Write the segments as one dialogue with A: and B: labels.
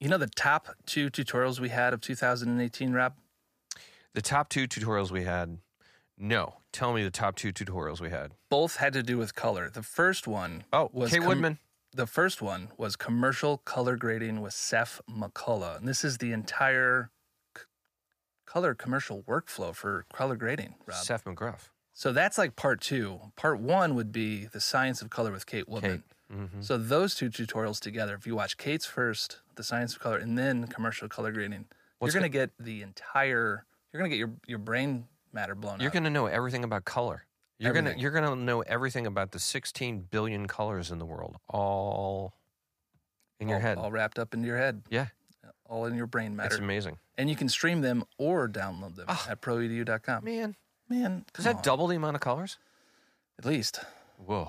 A: You know the top two tutorials we had of 2018, Rob?
B: The top two tutorials we had. No, tell me the top two tutorials we had.
A: Both had to do with color. The first one
B: Oh,
A: was
B: Kay
A: com-
B: Woodman.
A: The first one was commercial color grading with Seth McCullough. And this is the entire c- color commercial workflow for color grading, Rob.
B: Seth McGruff.
A: So that's like part two. Part one would be the science of color with Kate Woodman.
B: Mm-hmm.
A: So those two tutorials together, if you watch Kate's first, the science of color, and then commercial color grading,
B: What's
A: you're going to get the entire. You're going to get your your brain matter blown
B: You're
A: out.
B: going to know everything about color. You're going to
A: Everything.
B: you're going to know everything about the 16 billion colors in the world, all in your
A: all,
B: head.
A: all wrapped up into your head,
B: yeah,
A: all in your brain
B: it's
A: matter,
B: amazing.
A: and you can stream them or download them at proedu.com. Man,
B: Man,
A: come
B: is that
A: on.
B: double the amount of colors?
A: At least
B: Whoa.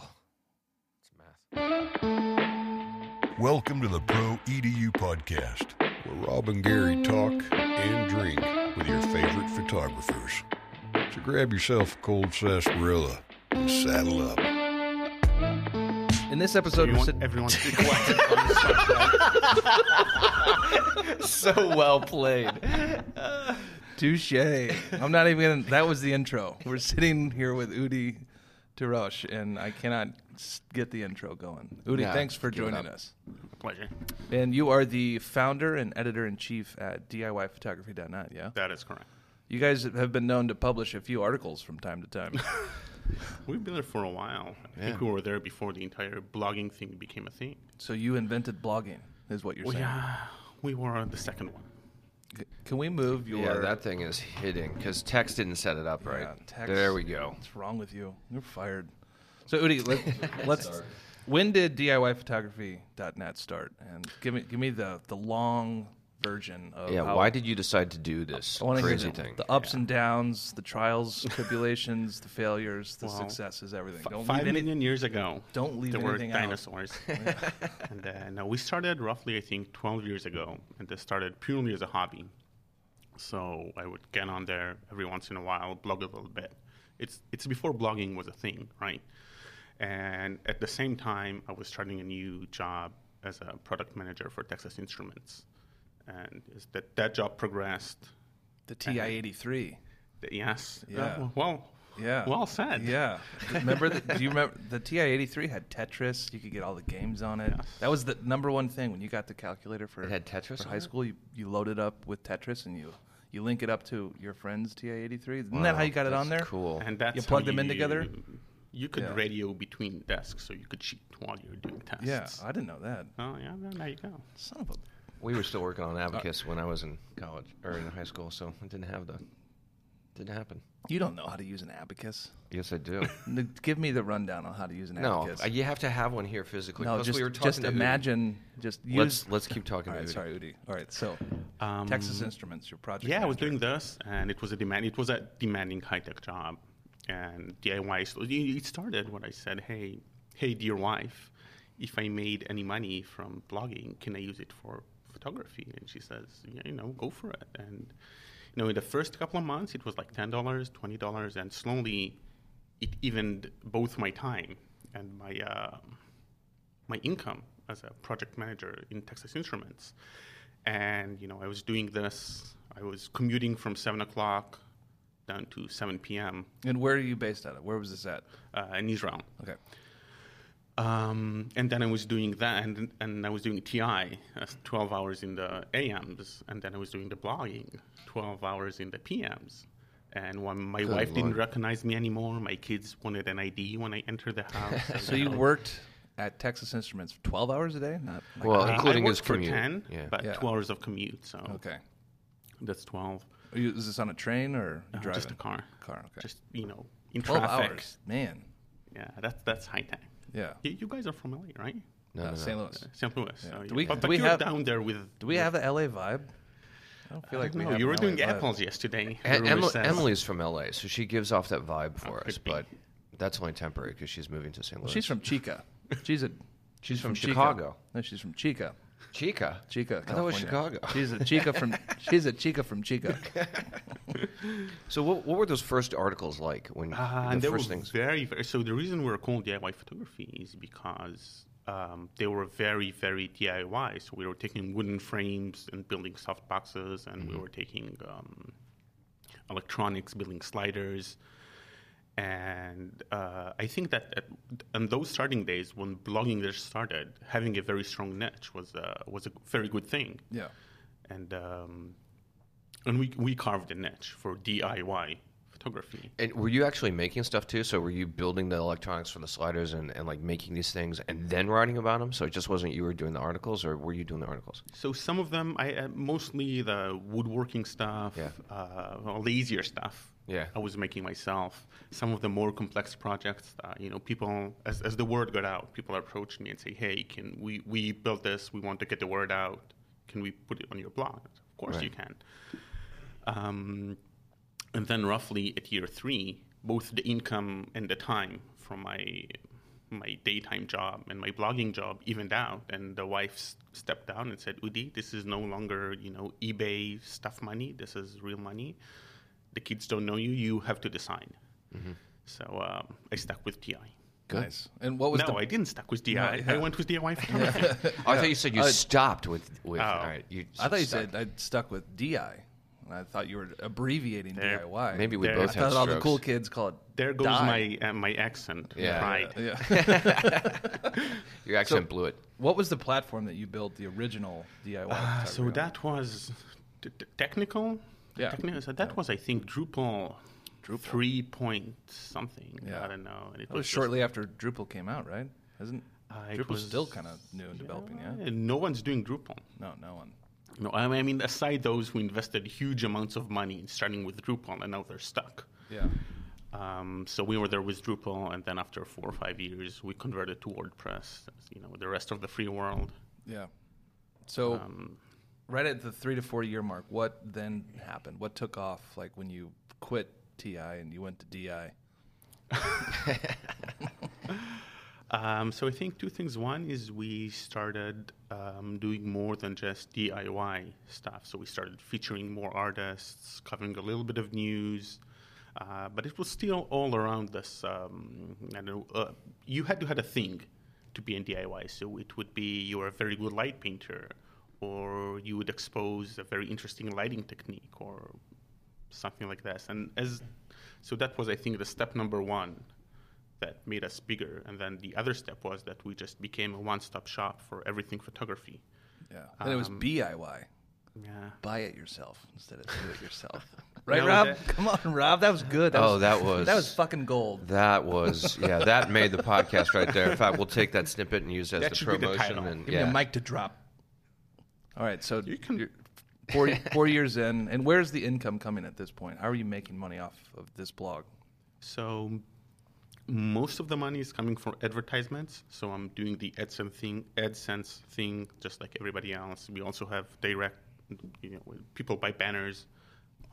B: It's math.
C: Welcome to the Pro EDU podcast, where Rob and Gary talk and drink with your favorite photographers. So grab yourself a cold sarsaparilla and saddle up.
D: In this episode,
E: You
D: we're
E: want
D: sitting
E: everyone to be collected on the
D: so well played. Touche. I'm not even. Gonna, that was the intro. We're sitting here with Udi Tirosh, and I cannot s- get the intro going. Udi,
B: Yeah,
D: thanks for
B: give it
D: joining
B: up.
D: us.
E: pleasure.
D: And you are the founder and editor in chief at DIYphotography.net. Yeah,
E: That is correct.
D: you guys have been known to publish a few articles from time to time.
E: We've been there for a while. I think we were there before the entire blogging thing became a thing.
D: so you invented blogging, is what you're saying?
E: Yeah, we were the second one.
D: C- Can we move your?
F: Yeah, that thing is hidden because Tex didn't set it up right.
D: Yeah, text.
F: There we go.
D: What's wrong with you? You're fired. So Udi, let, let's. When did DIYphotography.net start? And give me give me the the long version of
F: Yeah,
D: how-
F: why did you decide to do this
D: I wanna hear
F: crazy
D: the,
F: thing?
D: The ups and downs, the trials, tribulations, the failures, the
E: Well,
D: successes, everything.
E: F-
D: Don't
E: Five
D: leave any-
E: million years ago.
D: don't leave
E: there
D: anything
E: were
D: out.
E: dinosaurs. and then uh, we started roughly, I think, 12 years ago. And this started purely as a hobby. So I would get on there every once in a while, blog a little bit. It's, it's before blogging was a thing, right? And at the same time, I was starting a new job as a product manager for Texas Instruments. And is that, that job progressed.
D: the TI eighty three.
E: Yes.
D: Yeah.
E: well,
D: Yeah.
E: well said.
D: Yeah. Remember? The, do you remember the TI eighty three had Tetris? You could get all the games on it. That was the number one thing when you got the calculator for.
F: It had Tetris
D: for
F: on
D: high
F: it?
D: school. You, you load it up with Tetris and you you link it up to your friend's TI eighty three. Isn't that how you got it
F: That's
D: on there?
F: Cool.
E: And that's
D: You plug
E: how
D: them in together?
E: You could
D: Yeah.
E: radio between desks, so you could cheat while you're doing tests.
D: Yeah, I didn't know that.
E: Oh yeah, well, there you go.
D: Son of a.
F: we were still working on
E: Uh,
F: Abacus when I was in college or in high school, so it didn't have the didn't happen.
D: You don't know how to use an abacus.
F: Yes, I do.
D: N- Give me the rundown on how to use an
F: no,
D: abacus.
F: uh, you have to have one here physically.
D: no,
F: Plus,
D: just,
F: we were talking
D: just
F: to Udi.
D: imagine. Just use.
F: Let's let's keep talking
D: all
F: about
D: right,
F: it.
D: sorry, Udi. All right, so Texas Instruments, your project.
E: Um, Yeah, I was
D: manager.
E: doing this, and it was a demand. It was a demanding high tech job, and DIY. So it it started when I said, "Hey, hey, dear wife, if I made any money from blogging, can I use it for photography?" And she says, "Yeah, you know, go for it." And you know, in the first couple of months, it was like ten dollars, twenty dollars, and slowly, it evened both my time and my. Uh, my income as a project manager in Texas Instruments. And you know, I was doing this. I was commuting from seven o'clock down to seven p.m.
D: And where are you based out of? Where was this at?
E: Uh, in Israel.
D: Okay.
E: Um, and then I was doing that, and, and I was doing TI, as 12 hours in the AMs, and then I was doing the blogging, 12 hours in the PMs. And when my wife didn't recognize me anymore, my kids wanted an ID when I entered the house. and
D: So you
E: then-
D: worked at Texas Instruments for 12 hours a day? Not like,
F: Well,
E: Uh,
F: including
E: I
F: his
E: worked for
F: commute.
E: 10,
F: yeah.
E: but
D: Yeah.
E: two hours of commute, so
D: okay.
E: that's 12.
D: Are you, is this on a train or you Uh-huh. driving?
E: Just a car.
D: Car, okay.
E: Just you know, in
D: 12
E: traffic.
D: hours. Man.
E: Yeah, that's that's high tech.
D: Yeah.
E: You, you guys are from LA, right?
F: No,
D: Uh,
F: no, no.
D: St. Louis.
E: St. Louis. so
D: Do we-
E: you- but
D: do
E: but
D: we
E: you're
D: have-
E: down there with.
D: Do we have the LA vibe? I don't feel like we
E: no,
D: have
E: you were
D: an
E: doing
D: LA vibe.
E: apples yesterday.
F: E-
E: Everyone
F: Emily,
E: says-
F: Emily's from LA, so she gives off that vibe for
E: could
F: us,
E: be.
F: but that's only temporary because she's moving to St. Louis.
D: She's from Chica. She's a. She's
F: from
D: Chica.
F: Chicago.
D: No, she's from Chica.
F: Chica.
D: Chica.
F: I thought it was
D: California.
F: Chicago.
D: She's a Chica from. she's a Chica from Chica.
F: So what, what were those first articles like when
E: Uh,
F: the
E: and they
F: first
E: were
F: things?
E: very, very. So the reason we're called DIY photography is because um, they were very, very DIY. So we were taking wooden frames and building soft boxes, and
F: Mm-hmm.
E: we were taking um, electronics, building sliders. And uh, I think that at, on those starting days, when blogging just started, having a very strong niche was uh, was a very good thing.
D: Yeah.
E: And um, and we we carved a niche for DIY photography.
F: And were you actually making stuff too? So were you building the electronics for the sliders and, and like making these things and then writing about them? So it just wasn't you were doing the articles, or were you doing the articles?
E: So some of them, I uh, mostly the woodworking stuff,
F: Yeah.
E: uh, well, the easier stuff.
F: Yeah.
E: I was making myself. Some of the more complex projects, uh, you know, people as as the word got out, people approached me and say, "Hey, can we we built this? We want to get the word out. Can we put it on your blog?" Of course you can. Um, and then roughly at year three, both the income and the time from my my daytime job and my blogging job evened out, and the wife s- stepped down and said, "Udi, this is no longer you know eBay stuff money. This is real money. The kids don't know you. You have to decide."
D: Mm-hmm.
E: So um, I stuck with DI.
D: Nice. And what was
E: no,
D: the
E: I didn't stuck with DI. I went with DIY photography.
F: Oh, I thought you said you stopped with with. All right, oh. you
D: I thought you
F: stopped.
D: said I stuck with DI, and I thought you were abbreviating DIY.
F: maybe we
E: There.
F: both
D: I
F: had
D: thought all the
F: strokes.
D: cool kids call it.
E: there goes
D: Die.
E: my uh, my accent.
F: Yeah.
E: Pride.
D: Yeah.
F: Your accent blew it.
D: what was the platform that you built the original DIY?
E: Uh,
D: photography
E: so
D: on?
E: that was t- t- technical.
D: Yeah.
E: Technical. So that was, I think, Drupal, three point something.
D: Yeah.
E: I don't know. And it
D: That was
E: just-
D: shortly after Drupal came out, right? Isn't
E: Uh, it
D: Drupal's
E: was-
D: still kind of new and developing? Yeah.
E: Yeah, Uh, no one's doing Drupal.
D: No, no one.
E: No, I mean- I mean, aside those who invested huge amounts of money in starting with Drupal, and now they're stuck.
D: Yeah.
E: Um, so we were there with Drupal, and then after four or five years, we converted to WordPress. You know, the rest of the free world.
D: Yeah. So,
E: Um,
D: right at the three to four year mark, what then happened? What took off? Like when you quit TI and you went to DI?
E: Um, so I think two things. One is we started um, doing more than just DIY stuff. So we started featuring more artists, covering a little bit of news, uh, but it was still all around this. Um, I don't know. Uh, you had to had a thing to be in DIY. So it would be you were a very good light painter, or you would expose a very interesting lighting technique, or something like this. And as so, that was I think the step number one that made us bigger. And then the other step was that we just became a one-stop shop for everything photography.
D: Yeah. And it was
E: Um,
D: BIY.
E: Yeah.
D: Buy it yourself instead of do it yourself. Right,
E: No,
D: Rob?
E: that-
D: Come on, Rob. That was good. That
F: Oh,
D: was,
F: that was-
D: that was fucking gold.
F: That was yeah. That made the podcast right there. In fact, we'll take that snippet and use it as
E: That
F: the
E: should be the
F: promotion.
E: title.
F: and
D: Give
F: yeah,
D: me a mic to drop. All right, so you
E: can-
D: are four four years in, and where's the income coming at this point? How are you making money off of this blog?
E: So most of the money is coming from advertisements. So I'm doing the AdSense thing, AdSense thing, just like everybody else. We also have direct, you know, people buy banners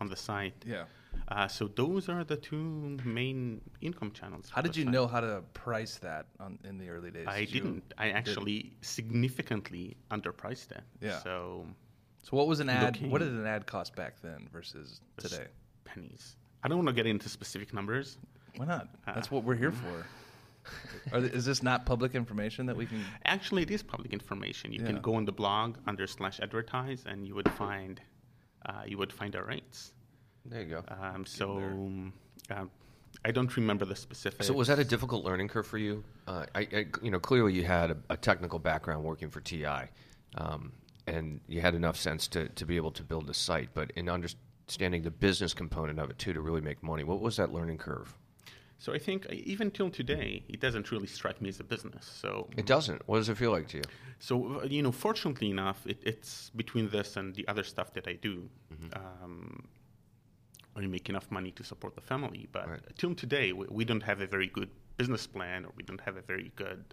E: on the site.
D: Yeah.
E: Uh, so those are the two main income channels. for
D: How did
E: the
D: you
E: site.
D: know how to price that on, in the early days?
E: I
D: Did you-
E: didn't. I actually significantly underpriced it.
D: Yeah.
E: So
D: So what was an ad?
E: Looking-
D: What did an ad cost back then versus today?
E: pennies. I don't want to get into specific numbers.
D: Why not?
E: Ah.
D: That's what we're
E: Mm.
D: here for. Are th- is this not public information that we can?
E: Actually, it is public information. You
D: Yeah.
E: can go on the blog under slash advertise, and you would find uh, you would find our rates.
F: there you go.
E: Um, so um, I don't remember the specific.
F: So was that a difficult learning curve for you? Uh, I, I, you know, clearly you had a, a technical background working for TI, um, and you had enough sense to, to be able to build a site. But in understanding the business component of it too, to really make money, what was that learning curve?
E: So I think uh, even till today, it doesn't really strike me as a business. So
F: It doesn't. What does it feel like to you?
E: So uh, you know, fortunately enough, it, it's between this and the other stuff that I do. Um, I make enough money to support the family, but till today, we, we don't have a very good business plan, or we don't have a very good.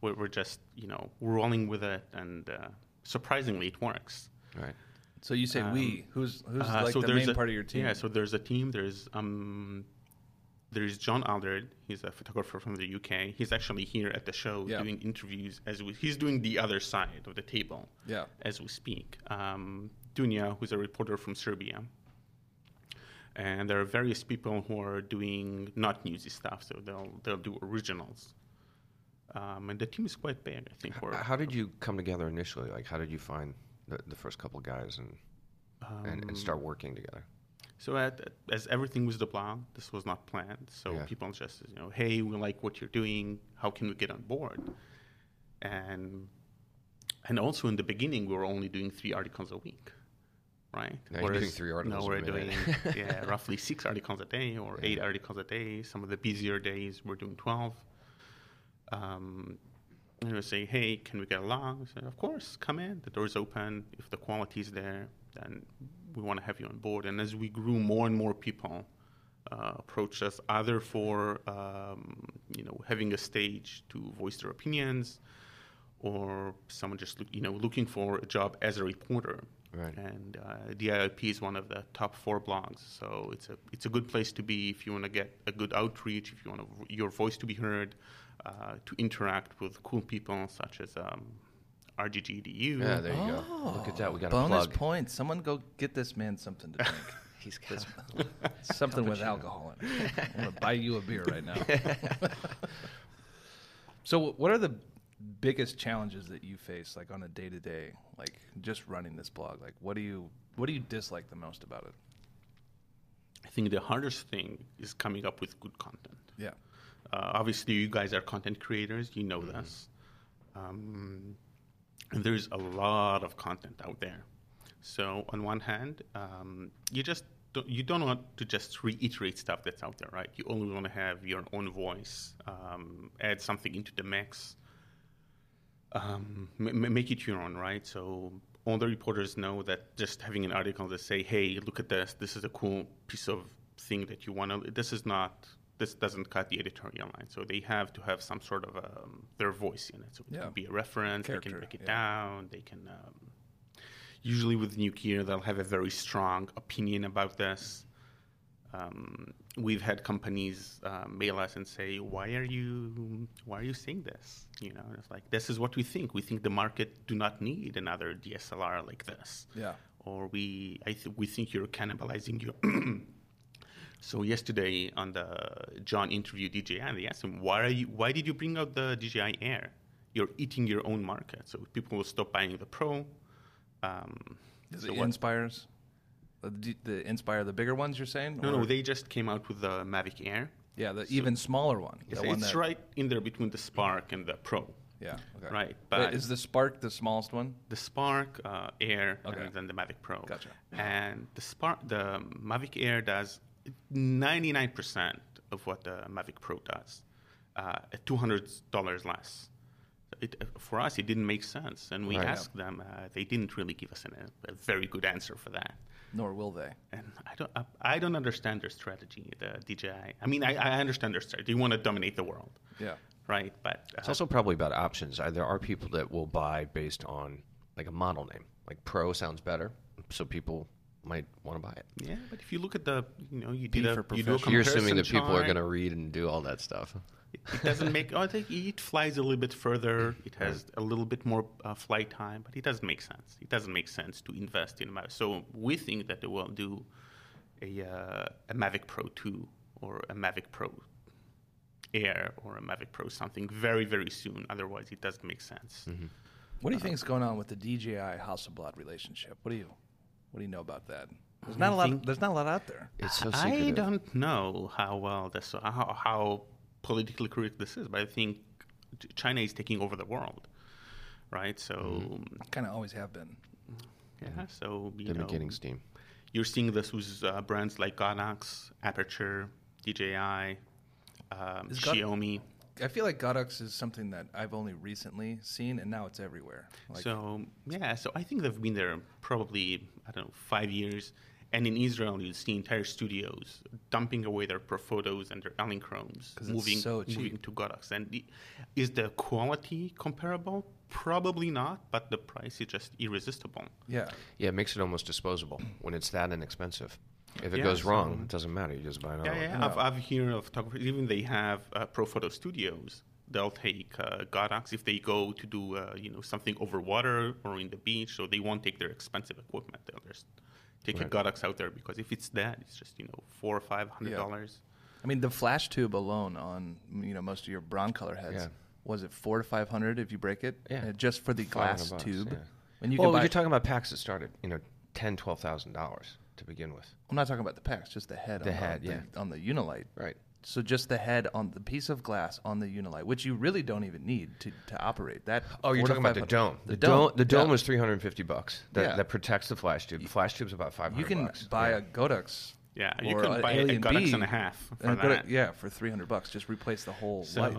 E: We're, we're just you know we're rolling with it, and uh, surprisingly, it works.
F: Right.
D: So you say we? Who's who's
E: Um, Uh,
D: like
E: so
D: the
E: there's
D: main
E: a-
D: part of your team?
E: Yeah, so there's a team. There's um, there's John Aldred. He's a photographer from the UK. He's actually here at the show
D: Yeah.
E: doing interviews as we, he's doing the other side of the table.
D: Yeah.
E: as we speak. Um, Dunya, who's a reporter from Serbia. And there are various people who are doing not newsy stuff, so they'll they'll do originals. Um, and the team is quite big, I think. For,
F: How did you come together initially? Like, how did you find the, the first couple guys and, and and start working together?
E: So at, as everything was the plan, this was not planned. So
F: Yeah.
E: people just, you know, hey, we like what you're doing. How can we get on board? And and also in the beginning, we were only doing three articles a week, right?
F: Now you're doing three articles
E: Now
F: a
E: we're doing
F: minute.
E: yeah, roughly six articles a day or eight articles a day. Some of the busier days, we're doing twelve. Um, and we say, hey, can we get along? I said, of course, come in. The door's open. If the quality's there, then we want to have you on board. And as we grew, more and more people uh, approached us, either for um, you know having a stage to voice their opinions, or someone just look, you know looking for a job as a reporter.
F: Right.
E: And uh, DIIP is one of the top four blogs, so it's a it's a good place to be if you want to get a good outreach, if you want to, your voice to be heard, uh, to interact with cool people such as um, RGGDU.
F: Yeah, there you go. Look at that. We got a
D: Bonus
F: plug.
D: points. Someone go get this man something to drink.
F: He's got
D: This- something with alcohol in it. I'm gonna buy you a beer right now. so, what are the biggest challenges that you face, like on a day to day, like just running this blog? Like, what do you what do you dislike the most about it?
E: I think the hardest thing is coming up with good content.
D: Yeah,
E: Uh, obviously, you guys are content creators. You
F: Mm-hmm.
E: know this. Um, and there's a lot of content out there. So on one hand, um, you just don't, you don't want to just reiterate stuff that's out there, right? You only want to have your own voice, um, add something into the mix, um, ma- ma- make it your own, right? So all the reporters know that just having an article that say, "Hey, look at this. This is a cool piece of thing that you want to." This is not. This doesn't cut the editorial line, so they have to have some sort of um, their voice in it. So it
D: Yeah.
E: can be a reference. They
D: Character,
E: can break it
D: yeah.
E: down. They can. Um, usually with new gear, they'll have a very strong opinion about this. Um, we've had companies uh, mail us and say, "Why are you? Why are you saying this?" You know, and it's like this is what we think. We think the market do not need another DSLR like this.
D: Yeah.
E: Or we, I th- we think you're cannibalizing your. so yesterday on the John interview DJI, they asked him, "Why are you? Why did you bring out the DJI Air? You're eating your own market. So people will stop buying the Pro." Um,
D: Does
E: so
D: it
E: what-
D: inspires the, d- the inspire the bigger ones? You're saying?
E: no, no,
D: Or-
E: they just came out with the Mavic Air.
D: yeah, the even smaller one.
E: It's,
D: the one
E: it's
D: that-
E: right in there between the Spark and the Pro.
D: Yeah, okay.
E: Right,
D: But
E: but-
D: is the Spark the smallest one?
E: The Spark uh, Air
D: Okay.
E: and then the Mavic Pro.
D: Gotcha.
E: And the Spark, the Mavic Air does 99% of what the Mavic Pro does, uh, at $200 less. It, for us, it didn't make sense, and we
F: Right.
E: asked them. Uh, they didn't really give us an, a very good answer for that.
D: Nor will they.
E: And I don't, I, I don't understand their strategy. The DJI. I mean, I, I understand their strategy. You want to dominate the world,
D: Yeah.
E: right? But
F: It's
E: uh,
F: also probably about options. Uh, There are people that will buy based on like a model name. Like Pro sounds better, so people might want to buy it.
E: Yeah, but if you look at the, you know, you did a,
D: for
E: you do
D: professional.
E: a comparison
F: You're assuming that people are
E: chart,
F: going to read and do all that stuff.
E: It it doesn't make. Oh, I think it flies a little bit further. It has a little bit more uh, flight time, but it doesn't make sense. It doesn't make sense to invest in a Mavic. So we think that they will do a uh, a Mavic Pro two or a Mavic Pro Air or a Mavic Pro something very very soon. Otherwise, it doesn't make sense.
F: Mm-hmm.
D: What do
F: Uh-huh.
D: you think is going on with the DJI Hasselblad relationship? What do you what do you know about that? There's not a lot. There's not a lot out there.
F: It's so
E: I
F: secretive.
E: don't know how well this how, how politically correct this is, but I think Ch- China is taking over the world, right? So
D: Kind of always have been.
E: yeah, so you
F: Mm-hmm. They've
E: know,
F: been getting steam.
E: you're seeing this with uh, brands like Godox, Aperture, DJI, um,
D: Go-
E: Xiaomi.
D: I feel like Godox is something that I've only recently seen, and now it's everywhere. Like,
E: so yeah, so I think they've been there probably I don't know five years. And in Israel, you see entire studios dumping away their Profotos and their Alinchromes,
D: it's
E: moving
D: so cheap.
E: moving to Godox. And the, is the quality comparable? Probably not, but the price is just irresistible.
D: yeah,
F: Yeah, it makes it almost disposable when it's that inexpensive. If it
E: Yeah,
F: goes
E: so-
F: wrong, it doesn't matter. You just buy another
E: Yeah, yeah.
F: one.
E: I've, I've heard of photographers, even they have uh, pro photo studios. They'll take uh, Godox if they go to do uh, you know something over water or in the beach, so they won't take their expensive equipment. They'll just take a Godox out there because if it's that, it's just you know four or five hundred
D: Yeah.
E: dollars.
D: I mean the flash tube alone on you know most of your brown color heads
F: Yeah.
D: was it four to five hundred if you break it?
F: Yeah.
D: Uh, just for the
F: 500
D: glass
F: bucks,
D: tube.
F: yeah.
D: And you
F: well,
D: can buy.
F: you're talking about packs that started, you know, ten, twelve thousand dollars to begin with.
D: I'm not talking about the packs, just the head.
F: The
D: on
F: head, yeah.
D: the, on the Unilite.
F: Right.
D: So just the head on the piece of glass on the Unilite, which you really don't even need to, to operate that.
F: Oh, you're
D: four to
F: talking about the
D: 500
F: dome.
D: The dome.
F: The dome
D: yeah.
F: was 350 bucks. That,
D: Yeah.
F: that protects the flash tube. The flash tube's about 500
D: You can
F: bucks.
D: buy
F: Yeah.
D: a Godux.
E: Yeah, you
D: or
E: can
D: an
E: buy a
D: Alien
E: Godux
D: Bee
E: and a half for
D: and a Godux-
E: that.
D: yeah, for three hundred bucks, just replace the whole
E: So,
D: light.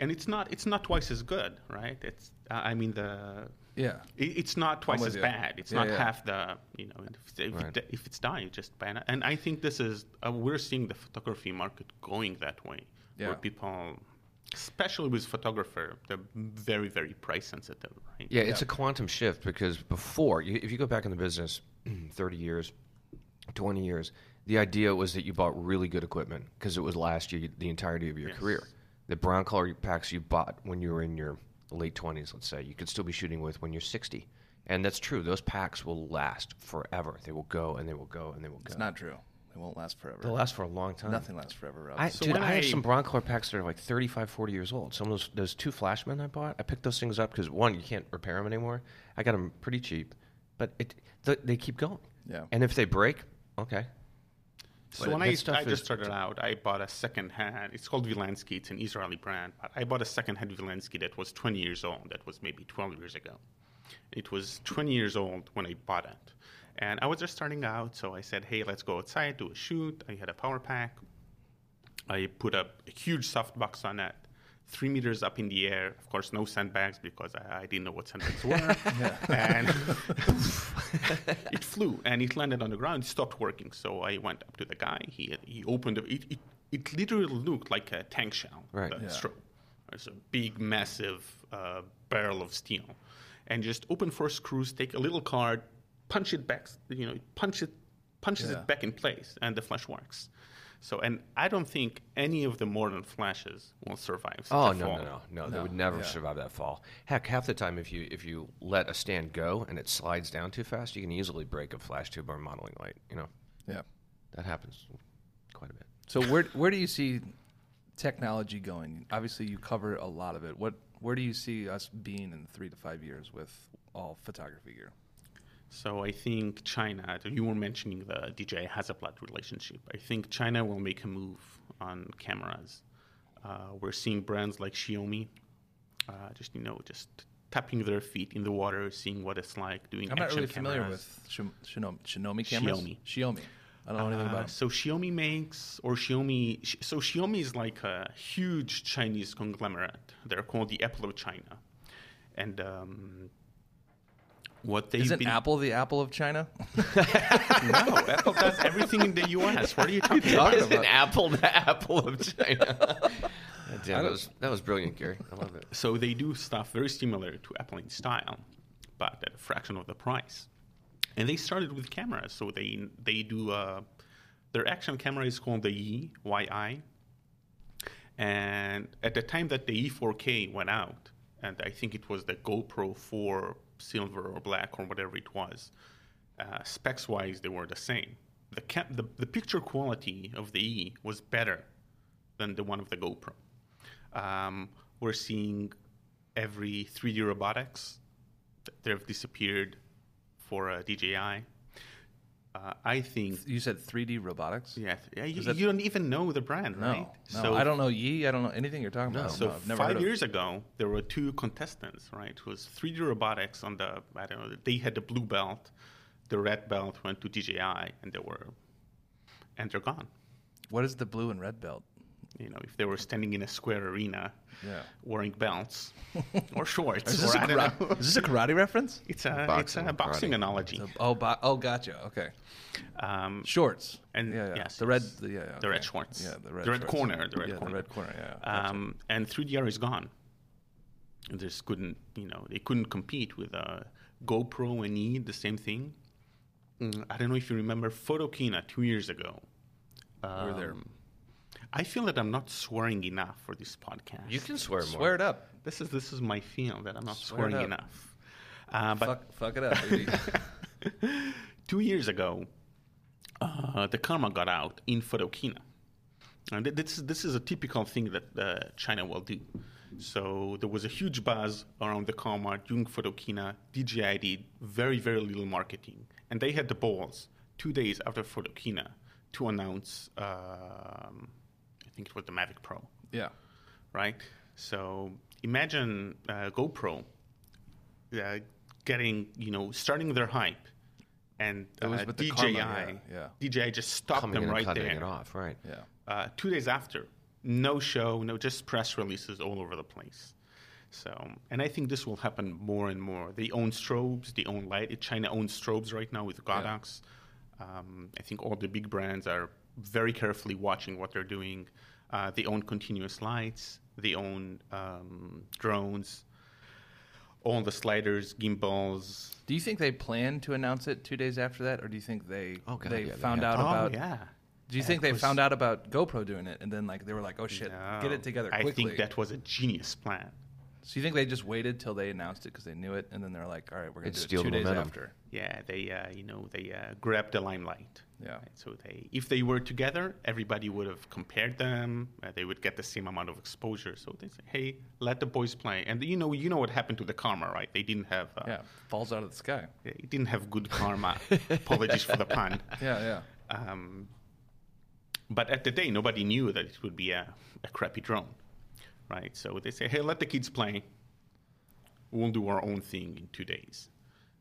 E: and it's not it's not twice as good, right? It's uh, I mean the
D: Yeah.
E: it- it's not twice
D: with
E: as
D: you.
E: bad. It's
D: Yeah,
E: not
D: yeah.
E: half the you know if, if,
F: Right.
E: it, if it's dying, just ban it. And I think this is uh, we're seeing the photography market going that way,
D: Yeah.
E: where people, especially with photographer, they're very very price sensitive, right?
F: Yeah, it's a quantum shift because before, you, if you go back in the business 30 years, 20 years, the idea was that you bought really good equipment because it was last year, the entirety of your career. The brown color packs you bought when you were in your late 20s, let's say, you could still be shooting with when you're 60. And that's true. Those packs will last forever. They will go and they will go and they will go.
D: It's not true. It won't last forever.
F: They'll last for a long time.
D: Nothing lasts forever. Rob.
F: I,
E: So
F: dude,
E: when
F: I, have
E: I-
F: some Broncolor packs that are like 35, 40 years old. Some of those, those two Flashmen I bought, I picked those things up because one, you can't repair them anymore. I got them pretty cheap, but it th- they keep going.
D: Yeah.
F: And if they break, okay.
E: So
F: But
E: when
F: that
E: I,
F: stuff
E: I just
F: is-
E: started out, I bought a second hand. It's called Vilansky. It's an Israeli brand. But I bought a second hand Vilansky that was 20 years old. That was maybe 12 years ago. It was 20 years old when I bought it, and I was just starting out. So I said, "Hey, let's go outside do a shoot." I had a power pack. I put up a huge softbox on it, three meters up in the air. Of course, no sandbags because I, I didn't know what sandbags were. and it flew and it landed on the ground. It stopped working. So I went up to the guy. He, he opened it. It, it. it literally looked like a tank shell.
F: Right.
E: the
F: Yeah.
E: strobe. It's a big, massive uh, barrel of steel. And just open four screws, take a little card, punch it back, you know, punch it, punches
D: Yeah.
E: it back in place, and the flash works. So, and I don't think any of the modern flashes will survive. Such
F: Oh
E: a
F: no,
E: fall.
F: no, no, no! They would never survive that fall. Heck, half the time, if you if you let a stand go and it slides down too fast, you can easily break a flash tube or modeling light. You know
D: yeah.
F: that happens quite a bit.
D: So where where do you see technology going? Obviously, you cover a lot of it. What where do you see us being in three to five years with all photography gear?
E: So I think China, you were mentioning the DJI Hasselblad relationship. I think China will make a move on cameras. Uh, we're seeing brands like Xiaomi, uh, just you know, just tapping their feet in the water, seeing what it's like doing.
D: I'm not
E: action
D: really familiar
E: cameras.
D: with Shim- Shinomi, Shinomi cameras.
E: Xiaomi.
D: Xiaomi. I don't know anything
E: Uh,
D: about them.
E: so Xiaomi makes, or Xiaomi, Sh- so Xiaomi is like a huge Chinese conglomerate. They're called the Apple of China, and um, what they've
D: Isn't
E: been
D: Apple the Apple of China?
E: no, Apple does everything in the U.S. What are you talking about?
D: Talking
F: It's an
D: about-
F: apple to apple of China. Damn, that was that was brilliant, Gary. I love it.
E: So they do stuff very similar to Apple in style, but at a fraction of the price. And they started with cameras. So they they do uh, their action camera is called the Yi YI. And at the time that the E 4K went out, and I think it was the GoPro 4 silver or black or whatever it was, uh, specs wise they were the same. The, ca- the the picture quality of the E was better than the one of the GoPro. Um, we're seeing every 3D robotics th- they've disappeared for uh, DJI. Uh, I think,
D: You said 3D robotics.
E: yeah, th- yeah, you, you don't even know the brand,
D: No,
E: right?
D: no, I don't know Yi. I don't know anything you're talking about.
E: So
D: No, I've never heard
E: five
D: of-
E: years ago, there were two contestants, right? It was 3D Robotics on the, I don't know, they had the blue belt, the red belt went to DJI, and they were, and they're gone.
D: What is the blue and red belt?
E: You know, if they were standing in a square arena,
D: Yeah.
E: wearing belts or shorts,
D: Is this,
E: or
D: a
E: I don't know.
D: karate, is this a karate reference?
E: It's a
F: Boxing
E: it's a
F: and
E: boxing
F: karate.
E: analogy.
D: Oh, bo- oh, gotcha. Okay.
E: Um,
D: Shorts.
E: and
D: yeah, yeah.
E: yes,
D: the red,
E: yes.
D: the, yeah, yeah,
E: the red
D: okay.
E: shorts,
D: Yeah, the red, shorts.
E: corner, the red
D: yeah,
E: corner,
D: the red corner. Yeah. yeah.
E: Um, and 3DR is gone. They just couldn't, you know, they couldn't compete with uh, GoPro and E. The same thing.
D: Mm-hmm.
E: Mm, I don't know if you remember Photokina two years ago.
D: We're there.
E: Um, I feel that I'm not swearing enough for this podcast.
F: You can swear more.
D: Swear it up.
E: This is this is my field that I'm not
D: Swear it
E: swearing
D: up.
E: enough. Uh, but
D: fuck, fuck it up. baby.
E: two years ago, uh, the karma got out in Photokina. And th- this, is- this is a typical thing that uh, China will do. So there was a huge buzz around the Comart, Jungfotokina, DJI did very, very little marketing. And they had the balls two days after Fotokina to announce, um, I think it was the Mavic Pro,
D: Yeah.
E: right? So imagine uh, GoPro uh, getting, you know, starting their hype. And uh,
D: It was with the
E: DJI,
D: Karma, yeah,
E: DJI just stopped
F: coming
E: them
F: in and
E: right
F: cutting
E: there
F: it off, right?
D: Yeah.
E: uh, two days after. No show, no, just press releases all over the place. So, and I think this will happen more and more. They own strobes, they own light. China owns strobes right now with Godox. Um, I think all the big brands are very carefully watching what they're doing. Uh, they own continuous lights, they own um, drones, all the sliders, gimbals.
D: Do you think they planned to announce it two days after that, or do you think they
F: Oh, God,
D: they
F: yeah, they
D: found out
F: had
D: about?
E: oh, yeah.
D: Do you think they found out about GoPro doing it, and then like they were like, "Oh shit, get
E: No.
D: it together
E: I
D: quickly"?
E: think that was a genius plan.
D: so you think they just waited till they announced it because they knew it, and then they're like, "All right, we're gonna
F: It'd
D: do
F: steal
D: it two
F: the
D: days
F: momentum.
D: after."
E: Yeah, they uh, you know they uh, grabbed the limelight.
D: Yeah.
E: Right? So they, if they were together, everybody would have compared them. Uh, they would get the same amount of exposure. So they say, hey, let the boys play. And you know, you know what happened to the karma, right? They didn't have. Uh,
D: Yeah, falls out of the sky.
E: They didn't have good karma. Apologies for the pun.
D: Yeah, yeah.
E: Um, but at the day, nobody knew that it would be a, a crappy drone, right? So they say, hey, let the kids play. We'll do our own thing in two days.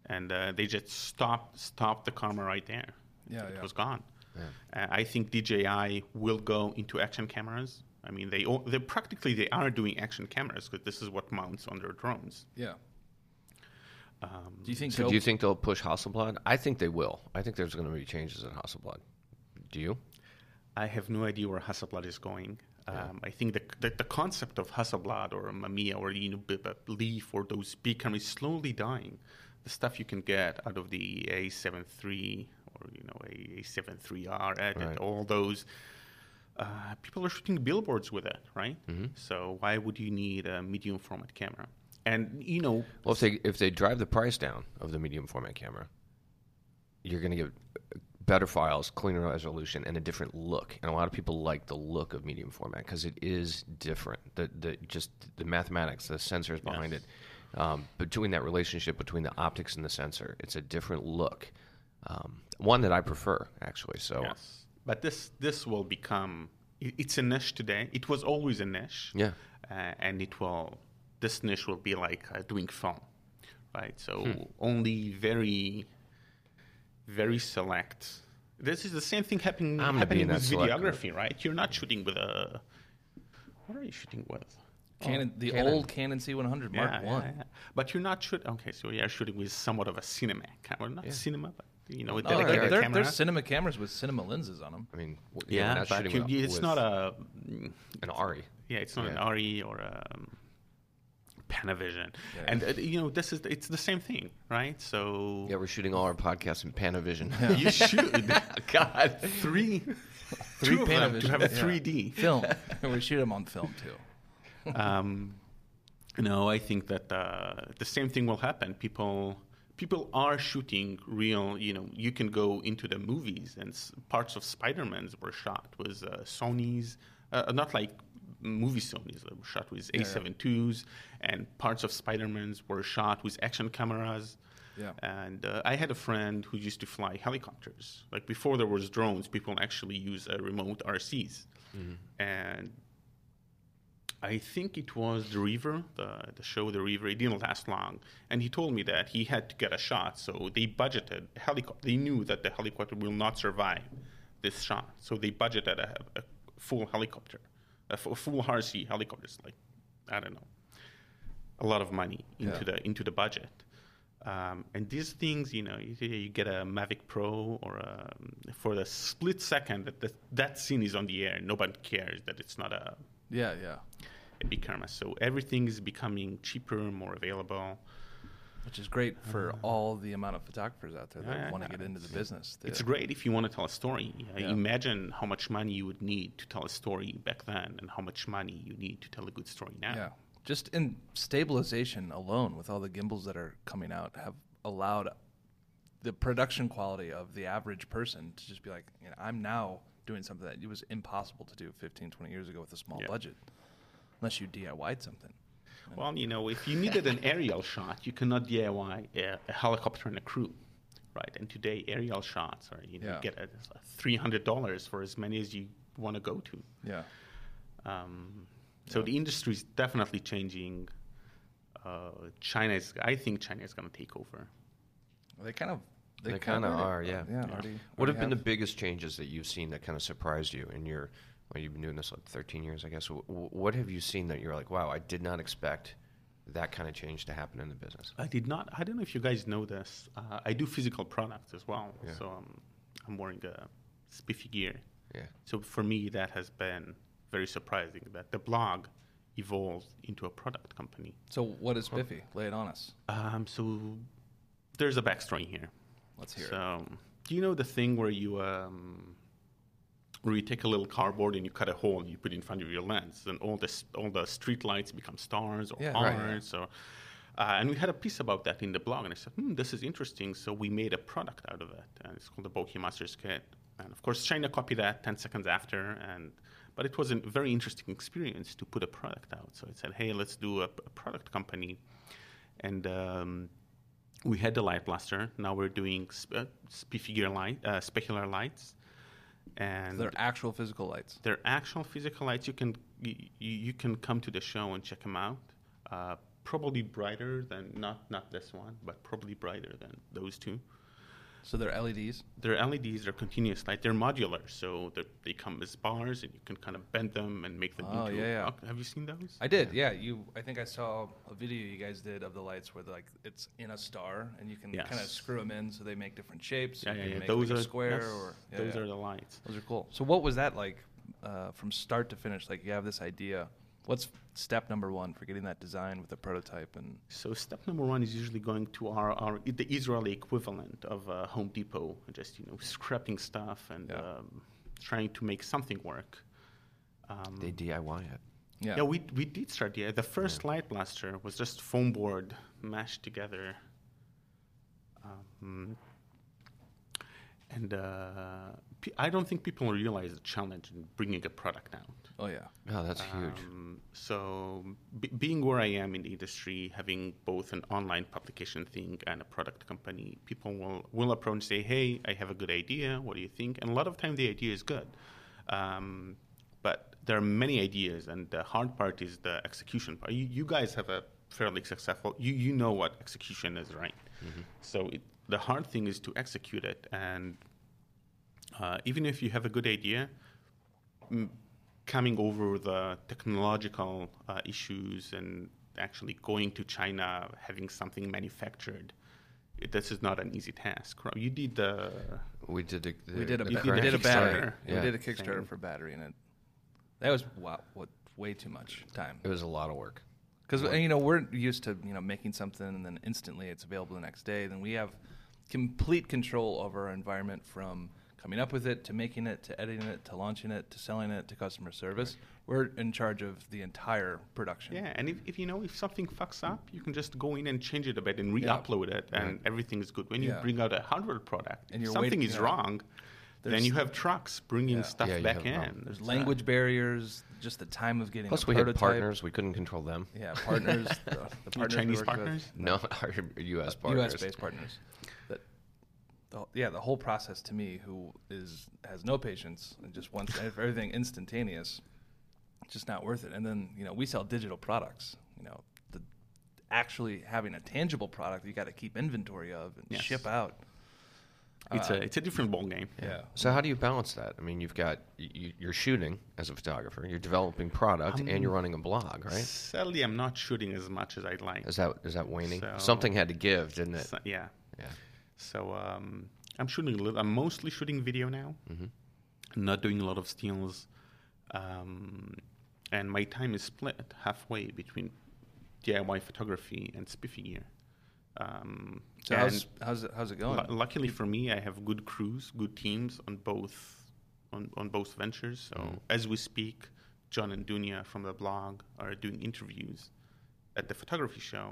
E: And uh, they just stopped, stopped the camera right there.
D: Yeah,
E: it
D: yeah.
E: was gone. Uh, I think DJI will go into action cameras. I mean, they they practically they are doing action cameras because this is what mounts on their drones.
D: Yeah.
E: Um,
D: do you think?
F: So
D: Go-
F: do you think they'll push Hasselblad? I think they will. I think there's going to be changes in Hasselblad. Do you?
E: I have no idea where Hasselblad is going. Um, I think the, the the concept of Hasselblad or Mamiya or you know B- B- Leaf or those big cameras is slowly dying. The stuff you can get out of the A7 III or you know A- A7 III R,
F: Right.
E: all those. Uh, people are shooting billboards with it, right? So why would you need a medium format camera? And you know,
F: Well, if they if they drive the price down of the medium format camera, you're going to get better files, cleaner resolution, and a different look. And a lot of people like the look of medium format because it is different. The the just the mathematics, the sensors behind it, um, between that relationship between the optics and the sensor, it's a different look. Um, one that I prefer actually. So
E: Yes. But this this will become i- it's a niche today. It was always a niche.
F: Yeah.
E: Uh, and it will this niche will be like uh, doing film, right? So
F: Hmm.
E: only very very select. This is the same thing happening
F: I'm gonna be
E: happening
F: in that
E: with
F: select group.
E: videography, right? You're not shooting with a what are you shooting with?
D: Canon, the
F: Canon.
D: old Canon C100 Mark
E: yeah,
D: One.
E: yeah, yeah. But you're not shooting. Okay, so you're shooting with somewhat of a cinema camera, not cinema, but you know, a
D: Oh,
E: dedicated
D: they're, they're,
E: camera.
D: they're cinema cameras with cinema lenses on them.
F: I mean, w- you know,
E: yeah,
F: we're not
E: but
F: shooting
E: you,
F: with-
E: it's
F: with
E: not a
F: an Ari.
E: Yeah, it's not
F: Yeah.
E: an RE or a um, Panavision, and uh, you know this is it's the same thing, right? So
F: Yeah, we're shooting all our podcasts in Panavision.
E: you should
F: God,
E: three, three of them to
D: Panavision,
E: have a
D: yeah.
E: three D.
D: Film. we shoot them on film too.
E: Um, no, I think that uh, the same thing will happen. People people are shooting real. You know, you can go into the movies, and s- parts of Spider Man's were shot with uh, Sony's, uh, not like movie Sony's, uh, shot with A72s, and parts of Spider Man's were shot with action cameras.
D: Yeah.
E: And uh, I had a friend who used to fly helicopters. Like before there was drones, people actually use uh, remote RCs. And I think it was The River, the, the show The River. It didn't last long. And he told me that he had to get a shot. So they budgeted a helicopter. They knew that the helicopter will not survive this shot. So they budgeted a, a full helicopter, a fu- full RC helicopter. It's like, I don't know, a lot of money into the into the budget. Um, and these things, you know, you, you get a Mavic Pro or a, for the split second that that, that scene is on the air, nobody cares that it's not a
D: Yeah, yeah.
E: a big karma. So everything is becoming cheaper, more available.
D: Which is great for all the amount of photographers out there that
E: Uh-huh. Yeah,
D: want to
E: yeah.
D: get into the business. The-
E: It's great if you want to tell a story. Uh, Imagine how much money you would need to tell a story back then and how much money you need to tell a good story now.
D: yeah. Just in stabilization alone, with all the gimbals that are coming out, have allowed the production quality of the average person to just be like, you know, I'm now doing something that it was impossible to do 15, 20 years ago with a small budget, unless you DIY'd something.
E: Well, you know, if you needed an aerial shot, you cannot DIY a, uh, a helicopter and a crew, right? And today, aerial shots are you know,
D: Yeah.
E: get a, three hundred dollars for as many as you want to go to.
D: Yeah.
E: Um, so the industry is definitely changing. Uh, China is, I think, China is going to take over.
D: They kind of.
F: They
D: covered
F: kinda
D: it.
F: are, yeah.
D: Yeah. Already,
F: What
D: already
F: have been the
D: have.
F: biggest changes that you've seen that kind of surprised you in your? Well, you've been doing this like 13 years, I guess. Wh- wh- What have you seen that you're like, wow, I did not expect that kind of change to happen in the business?
E: I did not. I don't know if you guys know this. Uh, I do physical products as well,
F: Yeah.
E: so um, I'm wearing a spiffy gear.
F: Yeah,
E: So for me, that has been very surprising that the blog evolved into a product company.
D: So what is Biffy? Lay it on us.
E: Um, so there's a backstory here.
D: Let's hear it.
E: So do you know the thing where you um, where you take a little cardboard and you cut a hole and you put it in front of your lens, and all the s- all the street lights become stars or
D: Yeah, right.
E: arms or uh, and we had a piece about that in the blog, and I said, "Hmm, this is interesting." So we made a product out of it, and it's called the Bokeh Masters Kit. And of course, China copied that ten seconds after, and but it was a very interesting experience to put a product out. So I said, "Hey, let's do a, a product company," and um, we had the light blaster. Now we're doing sp- uh, spiffigure light, uh, specular lights, and
D: They're actual physical lights.
E: they're actual physical lights. You can you, you can come to the show and check them out. Uh, probably brighter than not not this one, but probably brighter than those two.
D: So they're E LEDs.
E: They're LEDs. They're continuous light. They're modular, so they're, they come as bars, and you can kind of bend them and make them
D: Oh,
E: into.
D: yeah, yeah.
E: Oh, Have you seen those?
D: I did, yeah. You, I think I saw a video you guys did of the lights where like it's in a star and you can
E: Yes.
D: kind of screw them in so they make different shapes.
E: yeah,
D: you
E: yeah,
D: can
E: yeah.
D: Make
E: Those
D: like
E: are
D: a square
E: yes,
D: or yeah,
E: those
D: yeah.
E: are the lights.
D: those are cool. So what was that like uh, from start to finish? Like you have this idea. What's step number one for getting that design with a prototype and
E: So step number one is usually going to our, our the Israeli equivalent of uh, Home Depot, and just you know scrapping stuff and
D: Yeah.
E: um, trying to make something work. Um,
F: they DIY it.
D: yeah,
E: yeah. we we did start. Yeah, the first light blaster was just foam board mashed together. Um, and uh, pe- I don't think people realize the challenge in bringing a product out.
D: oh yeah,
F: Oh, that's huge.
E: Um, so, b- being where I am in the industry, having both an online publication thing and a product company, people will, will approach and say, Hey, I have a good idea. What do you think? And a lot of time the idea is good. Um, but there are many ideas, and the hard part is the execution part. You, you guys have a fairly successful, you, you know what execution is, right? So, it, the hard thing is to execute it. And uh, even if you have a good idea, coming over the technological uh, issues and actually going to China, having something manufactured, it, this is not an easy task. right? You did the
F: We did a, the,
D: we did a
F: the
D: we
F: current
D: did a battery,
F: Kickstarter.
D: we
F: Yeah.
D: did a Kickstarter
E: Thing.
D: for battery and it that was wow, what way too much time.
F: It was a lot of work.
D: Because you know we're used to you know making something and then instantly it's available the next day. Then we have complete control over our environment from coming up with it to making it to editing it to launching it to selling it to customer service. We're in charge of the entire production.
E: yeah, and if, if you know if something fucks up, you can just go in and change it a bit and re-upload it, and everything is good. When you
D: Yeah.
E: bring out a hardware product,
D: And
E: if
D: you're
E: something
D: waiting-
E: is
D: yeah.
E: wrong, then
D: There's-
E: you have trucks bringing stuff
F: Yeah, you
E: back
F: have
E: in.
F: a problem.
E: There's
D: There's language barriers, just the time of getting.
F: Plus,
D: a
F: we had
D: prototype.
F: partners. We couldn't control them.
D: Yeah, partners. the, the
E: your
D: partners we
E: Chinese
D: worked with.
E: partners.
F: No, our U.S. partners.
D: U.S. based partners. That, the, yeah, the whole process to me, who is has no patience and just wants everything instantaneous, it's just not worth it. And then you know we sell digital products. You know, the, actually having a tangible product you got to keep inventory of and
E: Yes.
D: ship out.
E: It's a it's a different ball game.
D: Uh, Yeah.
F: So how do you balance that? I mean, you've got y- y- you're shooting as a photographer, you're developing product, and
E: Um,
F: you're running a blog, right?
E: Sadly, I'm not shooting as much as I'd like.
F: Is that is that waning?
E: So-
F: Something had to give, didn't it?
E: So- yeah.
F: Yeah.
E: So um, I'm shooting. a little- I'm mostly shooting video now.
F: Mm-hmm.
E: I'm not doing a lot of stills, um, and my time is split halfway between DIY photography and spiffy gear. Um,
D: So
E: and
D: how's, how's it, how's it
F: Oh,
D: going?
E: lu- luckily for me, I have good crews, good teams on both on, on both ventures. So
F: Mm-hmm.
E: as we speak, John and Dunia from the blog are doing interviews at the photography show,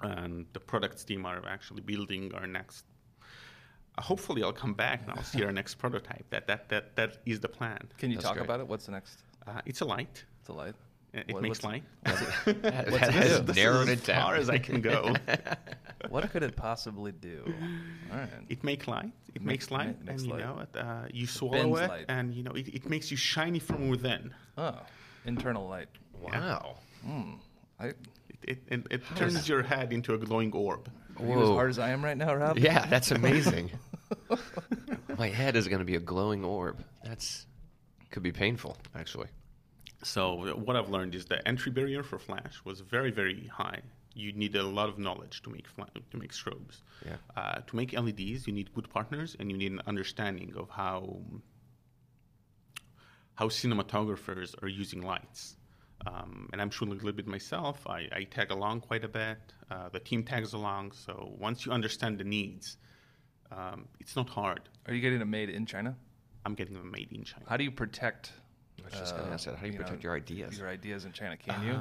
E: and the products team are actually building our next. uh, Hopefully, I'll come back and I'll see our next prototype. That that that that is the plan.
D: Can you
F: That's
D: talk
F: great.
D: about it? What's the next?
E: Uh, it's a light.
D: Delight.
E: It it makes
D: what's-
E: life.
F: Has
E: This is
F: narrowed
E: as
F: it down.
E: far as I can go.
G: What could it possibly do?
D: All right.
E: It makes light. It makes light,
D: makes
E: and you
D: light.
E: know, it, uh, you swallow
G: bends
E: it,
G: light.
E: and you know, it, it makes you shiny from within.
D: Oh, internal light.
F: Wow.
D: I,
E: It it, it, it turns your head into a glowing orb.
D: are you as hard as I am right now, Rob?
F: Oh. Yeah, that's amazing. My head is going to be a glowing orb. That's could be painful, actually.
E: So what I've learned is the entry barrier for Flash was very very high. You need a lot of knowledge to make fla- to make strobes.
F: Yeah.
E: Uh, to make LEDs, you need good partners and you need an understanding of how how cinematographers are using lights. Um, and I'm shooting a little bit myself. I, I tag along quite a bit. Uh, the team tags along. So once you understand the needs, um, it's not hard.
D: Are you getting it made in China?
E: I'm getting them made in China.
D: How do you protect uh,
F: I was just going to ask that. How do you,
D: you know,
F: protect your ideas? Um,
D: your ideas in China? Can you?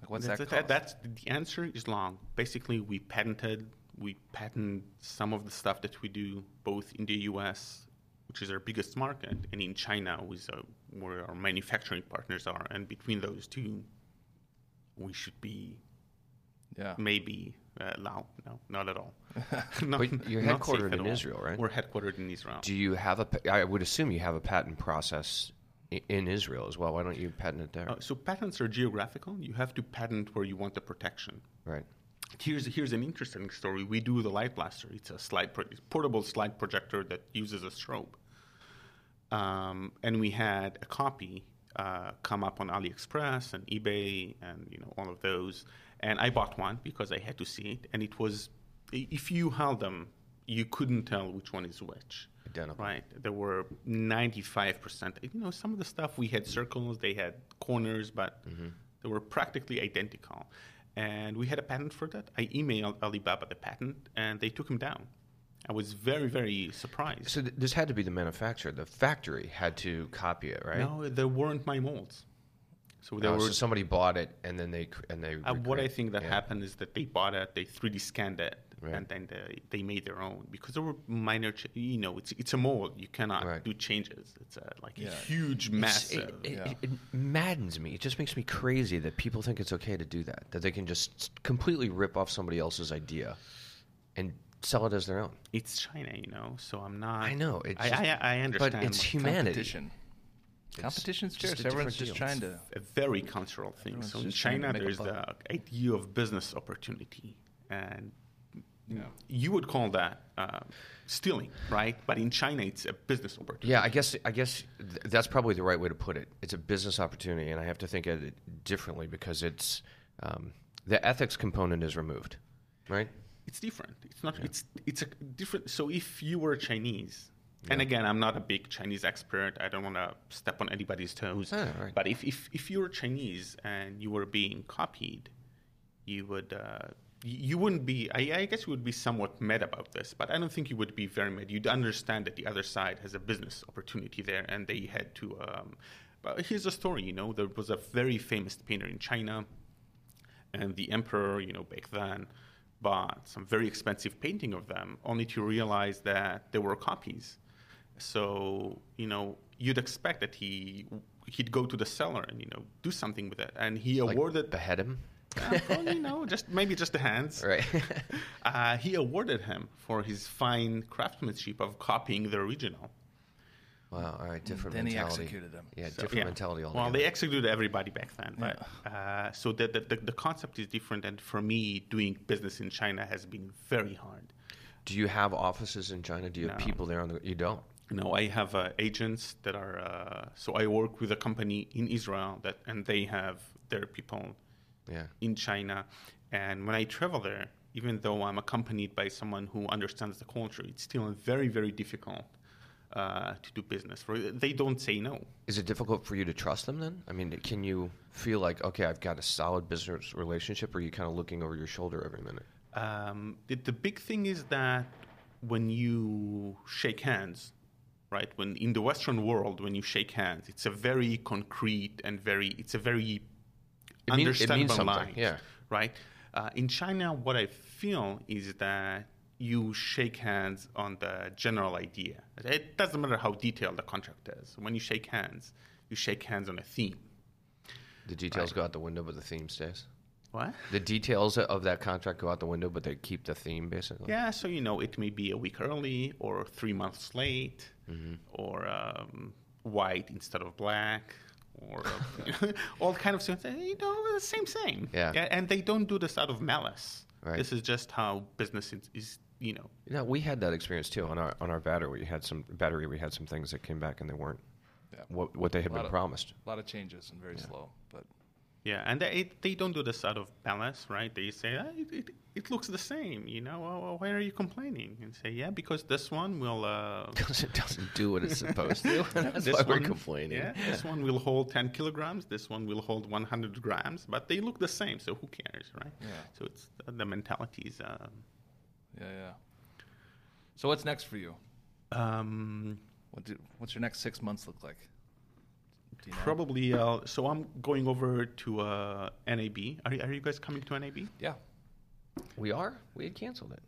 D: Like, what's that
E: That's-
D: cost?
E: that's the answer is long. Basically, we patented we patent some of the stuff that we do both in the U.S., which is our biggest market, and in China, with uh, where our manufacturing partners are. And between those two, we should be
D: yeah.
E: maybe uh, loud. No, not at all. not,
F: But you're
E: not
F: headquartered
E: safe at
F: in
E: all.
F: Israel, right?
E: We're headquartered in Israel.
F: Do you have a? pa- I would assume you have a patent process i- in Israel as well. Why don't you patent it there?
E: Uh, so patents are geographical. You have to patent where you want the protection.
F: Right.
E: Here's here's an interesting story. We do the light blaster. It's a slide pro- portable slide projector that uses a strobe. Um, and we had a copy uh, come up on AliExpress and eBay and you know all of those. And I bought one because I had to see it. And it was if you held them, you couldn't tell which one is which.
F: Identical.
E: Right. There were 95%. You know, some of the stuff we had circles, they had corners, but
F: Mm-hmm.
E: they were practically identical. And we had a patent for that. I emailed Alibaba the patent, and they took him down. I was very, very surprised.
F: So th- this had to be the manufacturer. The factory had to copy it, right?
E: No, they weren't my molds. So there
F: Oh,
E: were.
F: so somebody bought it and then they cr- and they.
E: uh, what I
F: recreate-
E: think that
F: yeah.
E: happened is that they bought it, they 3D scanned it,
F: Right.
E: and then they, they made their own because there were minor. Ch- you know, it's it's a mold. You cannot
F: Right.
E: do changes. It's a, like a huge, massive.
F: It, it- it maddens me. It just makes me crazy that people think it's okay to do that. That they can just completely rip off somebody else's idea and sell it as their own.
E: it's China, you know. So I'm not.
F: I know. It's
E: I,
F: just-
E: I, I understand.
F: But it's
E: like,
F: humanity.
D: Competition. Competition's
F: just a
D: fierce. Everyone's just
F: different
D: trying
F: deal.
D: to.
E: a very cultural thing.
D: Everyone's
E: so in
D: just trying to
E: China,
D: make a
E: there's the
D: buck.
E: idea of business opportunity, and you would call that uh, stealing, right? But in China, it's a business opportunity.
F: Yeah, I guess I guess th- that's probably the right way to put it. It's a business opportunity, and I have to think of it differently because it's um, the ethics component is removed, right?
E: It's different. It's not. It's it's a different. So if you were Chinese. And again, I'm not a big Chinese expert. I don't want to step on anybody's toes.
F: Ah, right.
E: But if, if, if you were Chinese and you were being copied, you would uh, you you wouldn't be. I, I guess you would be somewhat mad about this, but I don't think you would be very mad. You'd understand that the other side has a business opportunity there, and they had to. Um, but here's a story. You know, there was a very famous painter in China, and the emperor, you know, back then, bought some very expensive painting of them, only to realize that they were copies. So you know, you'd expect that he he'd go to the seller and you know do something with it, and he
F: Like
E: awarded
F: behead him,
E: uh, probably no, just maybe just the hands.
F: right?
E: Uh, he awarded him for his fine craftsmanship of copying the original.
F: wow, all right, different
D: Then he
F: mentality.
D: executed him.
F: Yeah,
E: So,
F: different
E: yeah.
F: mentality
E: Well,
F: altogether.
E: they executed everybody back then, but uh, so the, the the the concept is different. And for me, doing business in China has been very hard.
F: Do you have offices in China? Do you have
E: No.
F: people there on the? You don't.
E: You know, I have uh, agents that are uh, so I work with a company in Israel that, and they have their people
F: Yeah.
E: in China. And when I travel there, even though I'm accompanied by someone who understands the culture, it's still very, very difficult uh, to do business. For they don't say no.
F: Is it difficult for you to trust them then? I mean, can you feel like okay, I've got a solid business relationship, or are you kind of looking over your shoulder every minute?
E: Um, the, the big thing is that when you shake hands, right? When in the Western world, when you shake hands, it's a very concrete and very it's a very
F: It mean- it means
E: understandable
F: something,
E: line,
F: yeah.
E: right? Uh, in China, what I feel is that you shake hands on the general idea. It doesn't matter how detailed the contract is. When you shake hands, you shake hands on a theme.
F: The details go out the window, but the theme stays.
E: What?
F: The details of that contract go out the window, but they keep the theme basically.
E: Yeah, so you know, it may be a week early or three months late,
F: Mm-hmm.
E: or um, white instead of black, or uh, all kind of things. You know, the same, same.
F: Yeah.
E: and they don't do this out of malice.
F: Right.
E: This is just how business is, is you know.
F: You know, we had that experience too on our on our battery. We had some battery. We had some things that came back and they weren't
D: Yeah.
F: what what they had been
D: of-
F: promised.
D: A lot of changes and very slow, but
E: Yeah, and they they don't do this out of malice, right? They say "Ah, it, it, it looks the same, you know. Oh, well, why are you complaining? And say, yeah, because this one will. Uh,
F: Because it doesn't do what it's supposed to. That's
E: this
F: why we're
E: one-
F: complaining.
E: Yeah, this one will hold 10 kilograms, this one will hold 100 grams, but they look the same, so who cares, right?
D: Yeah.
E: So it's uh, the mentality is. Um,
D: yeah, yeah. So what's next for you?
E: um,
D: What do, what's your next six months look like? Do you know?
E: probably. Uh, so I'm going over to uh, NAB. Are, you- are you guys coming to NAB?
D: Yeah,
F: We are. We had canceled it.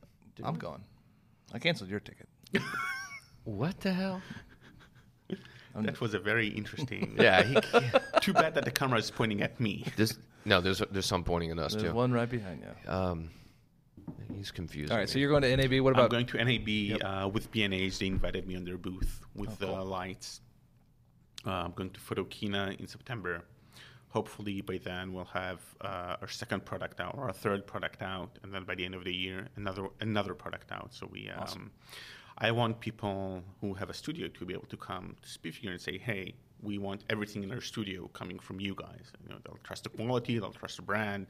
D: I'm going. I canceled your ticket.
F: What the hell?
E: That was a very interesting.
F: Yeah. He,
E: Too bad that the camera is pointing at me.
F: this, no, there's there's some pointing at us
D: There's
F: too.
D: one right behind you.
F: Um, he's confused.
D: All right, so you're going to NAB. What
E: I'm
D: about
E: going to NAB uh, with BNH. They invited me on their booth with
D: Oh,
E: the lights. Uh, I'm going to Photokina in September. Hopefully, by then we'll have uh, our second product out or our third product out, and then by the end of the year, another another product out. So we, um, I want people who have a studio to be able to come to speak here and say, "Hey, we want everything in our studio coming from you guys. You know, they'll trust the quality, they'll trust the brand."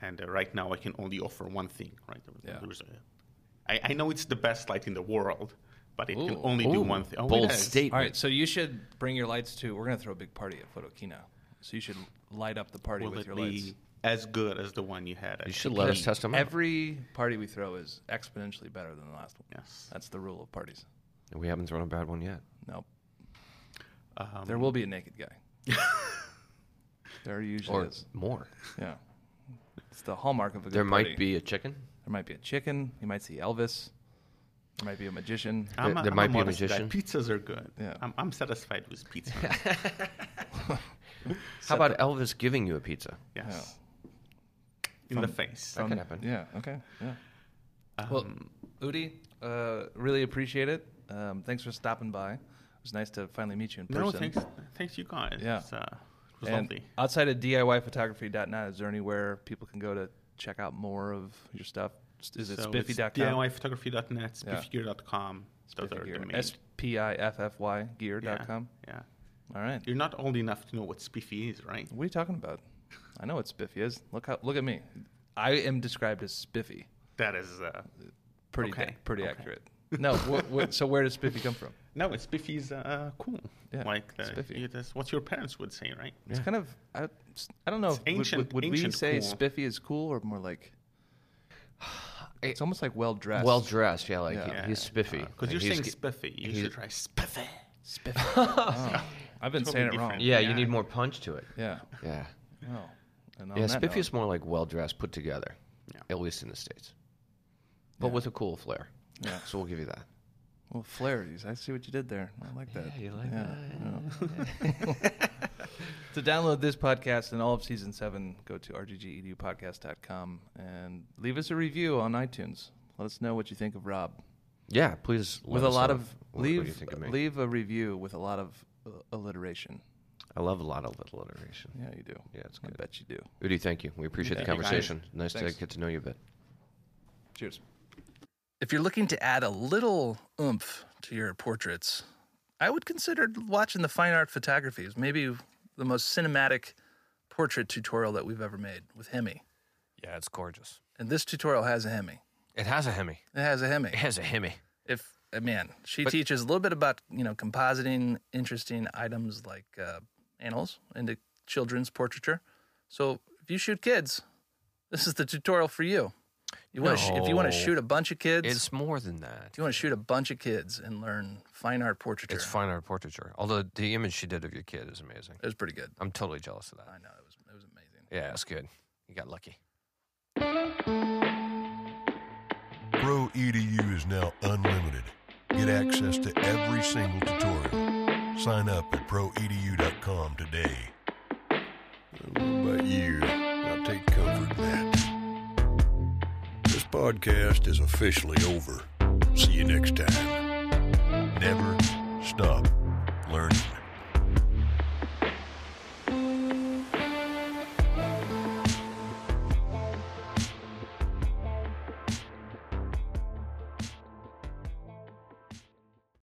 E: And uh, right now, I can only offer one thing. Right, there,
D: Mm-hmm. Yeah.
E: there's a, I, I know it's the best light in the world, but it can only do
F: Ooh,
E: one thing. Oh, it
F: bold
E: is.
F: statement.
D: All right, so you should bring your lights to. We're gonna throw a big party at Photokina, so you should light up the party
E: Will
D: with
E: it
D: your
E: be
D: lights.
E: as good as the one you had? At
F: You should let us test him out.
D: Every party we throw is exponentially better than the last one.
E: Yes.
D: That's the rule of parties.
F: we haven't thrown a bad one yet.
D: Nope.
E: Um,
D: there will be a naked guy. there usually
F: Or
D: is.
F: more.
D: Yeah. It's the hallmark of a good
F: There
D: party.
F: might be a chicken.
D: There might be a chicken. You might see Elvis. There might be a magician.
E: I'm
F: there might be a
E: modest guy.
F: magician.
E: Pizzas are good.
D: Yeah.
E: I'm, I'm satisfied with pizza.
F: How about Elvis giving you a pizza?
E: yes. In the face.
F: That could happen.
D: Mm. Yeah. Okay. Yeah. well, Udi, uh, really appreciate it. Um, thanks for stopping by. It was nice to finally meet you in person.
E: No, thanks, thanks you guys.
D: Yeah.
E: It's, uh, it was
D: And
E: lovely.
D: outside of DIYphotography.net, is there anywhere people can go to check out more of your stuff? Is it
E: So it's
D: spiffy.com?
E: DIYphotography.net,
D: Yeah.
E: spiffygear.com. Those are the main.
D: S P I F F Y
E: yeah.
D: gear.com.
E: yeah.
D: All right.
E: You're not old enough to know what spiffy is, right?
D: What are you talking about? I know what spiffy is. Look how look at me. I am described as spiffy.
E: That is. Uh,
D: Pretty
E: Okay.
D: da- pretty
E: Okay.
D: accurate. No, wh- wh- so where does spiffy come from?
E: no, it's spiffy's uh, cool.
D: Yeah,
E: Like the,
D: it's spiffy.
E: you- that's what your parents would say, right?
D: It's kind of I, I don't know.
E: It's
D: if- would-
E: ancient-
D: would, would
E: ancient
D: we say
E: cool.
D: spiffy is cool or more like it's almost like well dressed.
F: Well dressed, yeah. Like
D: Yeah. Uh,
F: he's spiffy.
E: Because
F: Like,
E: Uh, you're
F: he's
E: saying
F: g-
E: spiffy. You should try spiffy.
D: spiffy. Oh, I've been saying it
E: Totally
D: wrong.
E: different.
F: yeah,
E: Yeah.
F: you need more punch to it.
D: Yeah.
F: Yeah,
D: Oh. And on
F: yeah.
D: that
F: Spiffy
D: note-
F: is more like well dressed, put together,
E: Yeah.
F: at least in the states, but with a cool flair.
D: Yeah.
F: So we'll give you that.
D: Well, flares. I see what you did there. I like that.
F: you like
D: to download this podcast and all of season seven, go to rggedupodcast.com and leave us a review on iTunes. Let us know what you think of Rob.
F: Yeah, please. let
D: With a
F: us
D: lot
F: know
D: of
F: what- what you
D: leave
F: think of me.
D: leave a review with a lot of uh, alliteration.
F: I love a lot of alliteration.
D: Yeah, you do.
F: Yeah, it's
D: I
F: good.
D: bet you do.
F: Udi, thank you. We appreciate the
E: Thank you, guys.
F: conversation. Nice
D: Thanks.
F: to get to know you a bit.
D: Cheers.
A: if you're looking to add a little oomph to your portraits, I would consider watching the fine art photographies. Maybe the most cinematic portrait tutorial that we've ever made with Hemi.
B: Yeah, it's gorgeous.
A: And this tutorial has a Hemi.
B: It has a Hemi.
A: It has a Hemi.
B: It has a Hemi.
A: If uh, man, she teaches a little bit about you know compositing interesting items like uh, animals into children's portraiture. So if you shoot kids, this is the tutorial for you. You want to sh- if you want
B: No.
A: to shoot a bunch of kids,
B: It's more than that.
A: if you want to shoot a bunch of kids and learn fine art portraiture,
B: It's fine art portraiture. Although the image she did of your kid is amazing.
A: It was pretty good.
B: I'm totally jealous of that.
A: I know it was it was amazing.
B: Yeah, it's good. You got lucky.
C: Pro EDU is now unlimited. Get access to every E single tutorial. Sign up at proedu.com today. I don't know about you. I'll take comfort in that. This podcast is officially over. See you next time. Never stop learning.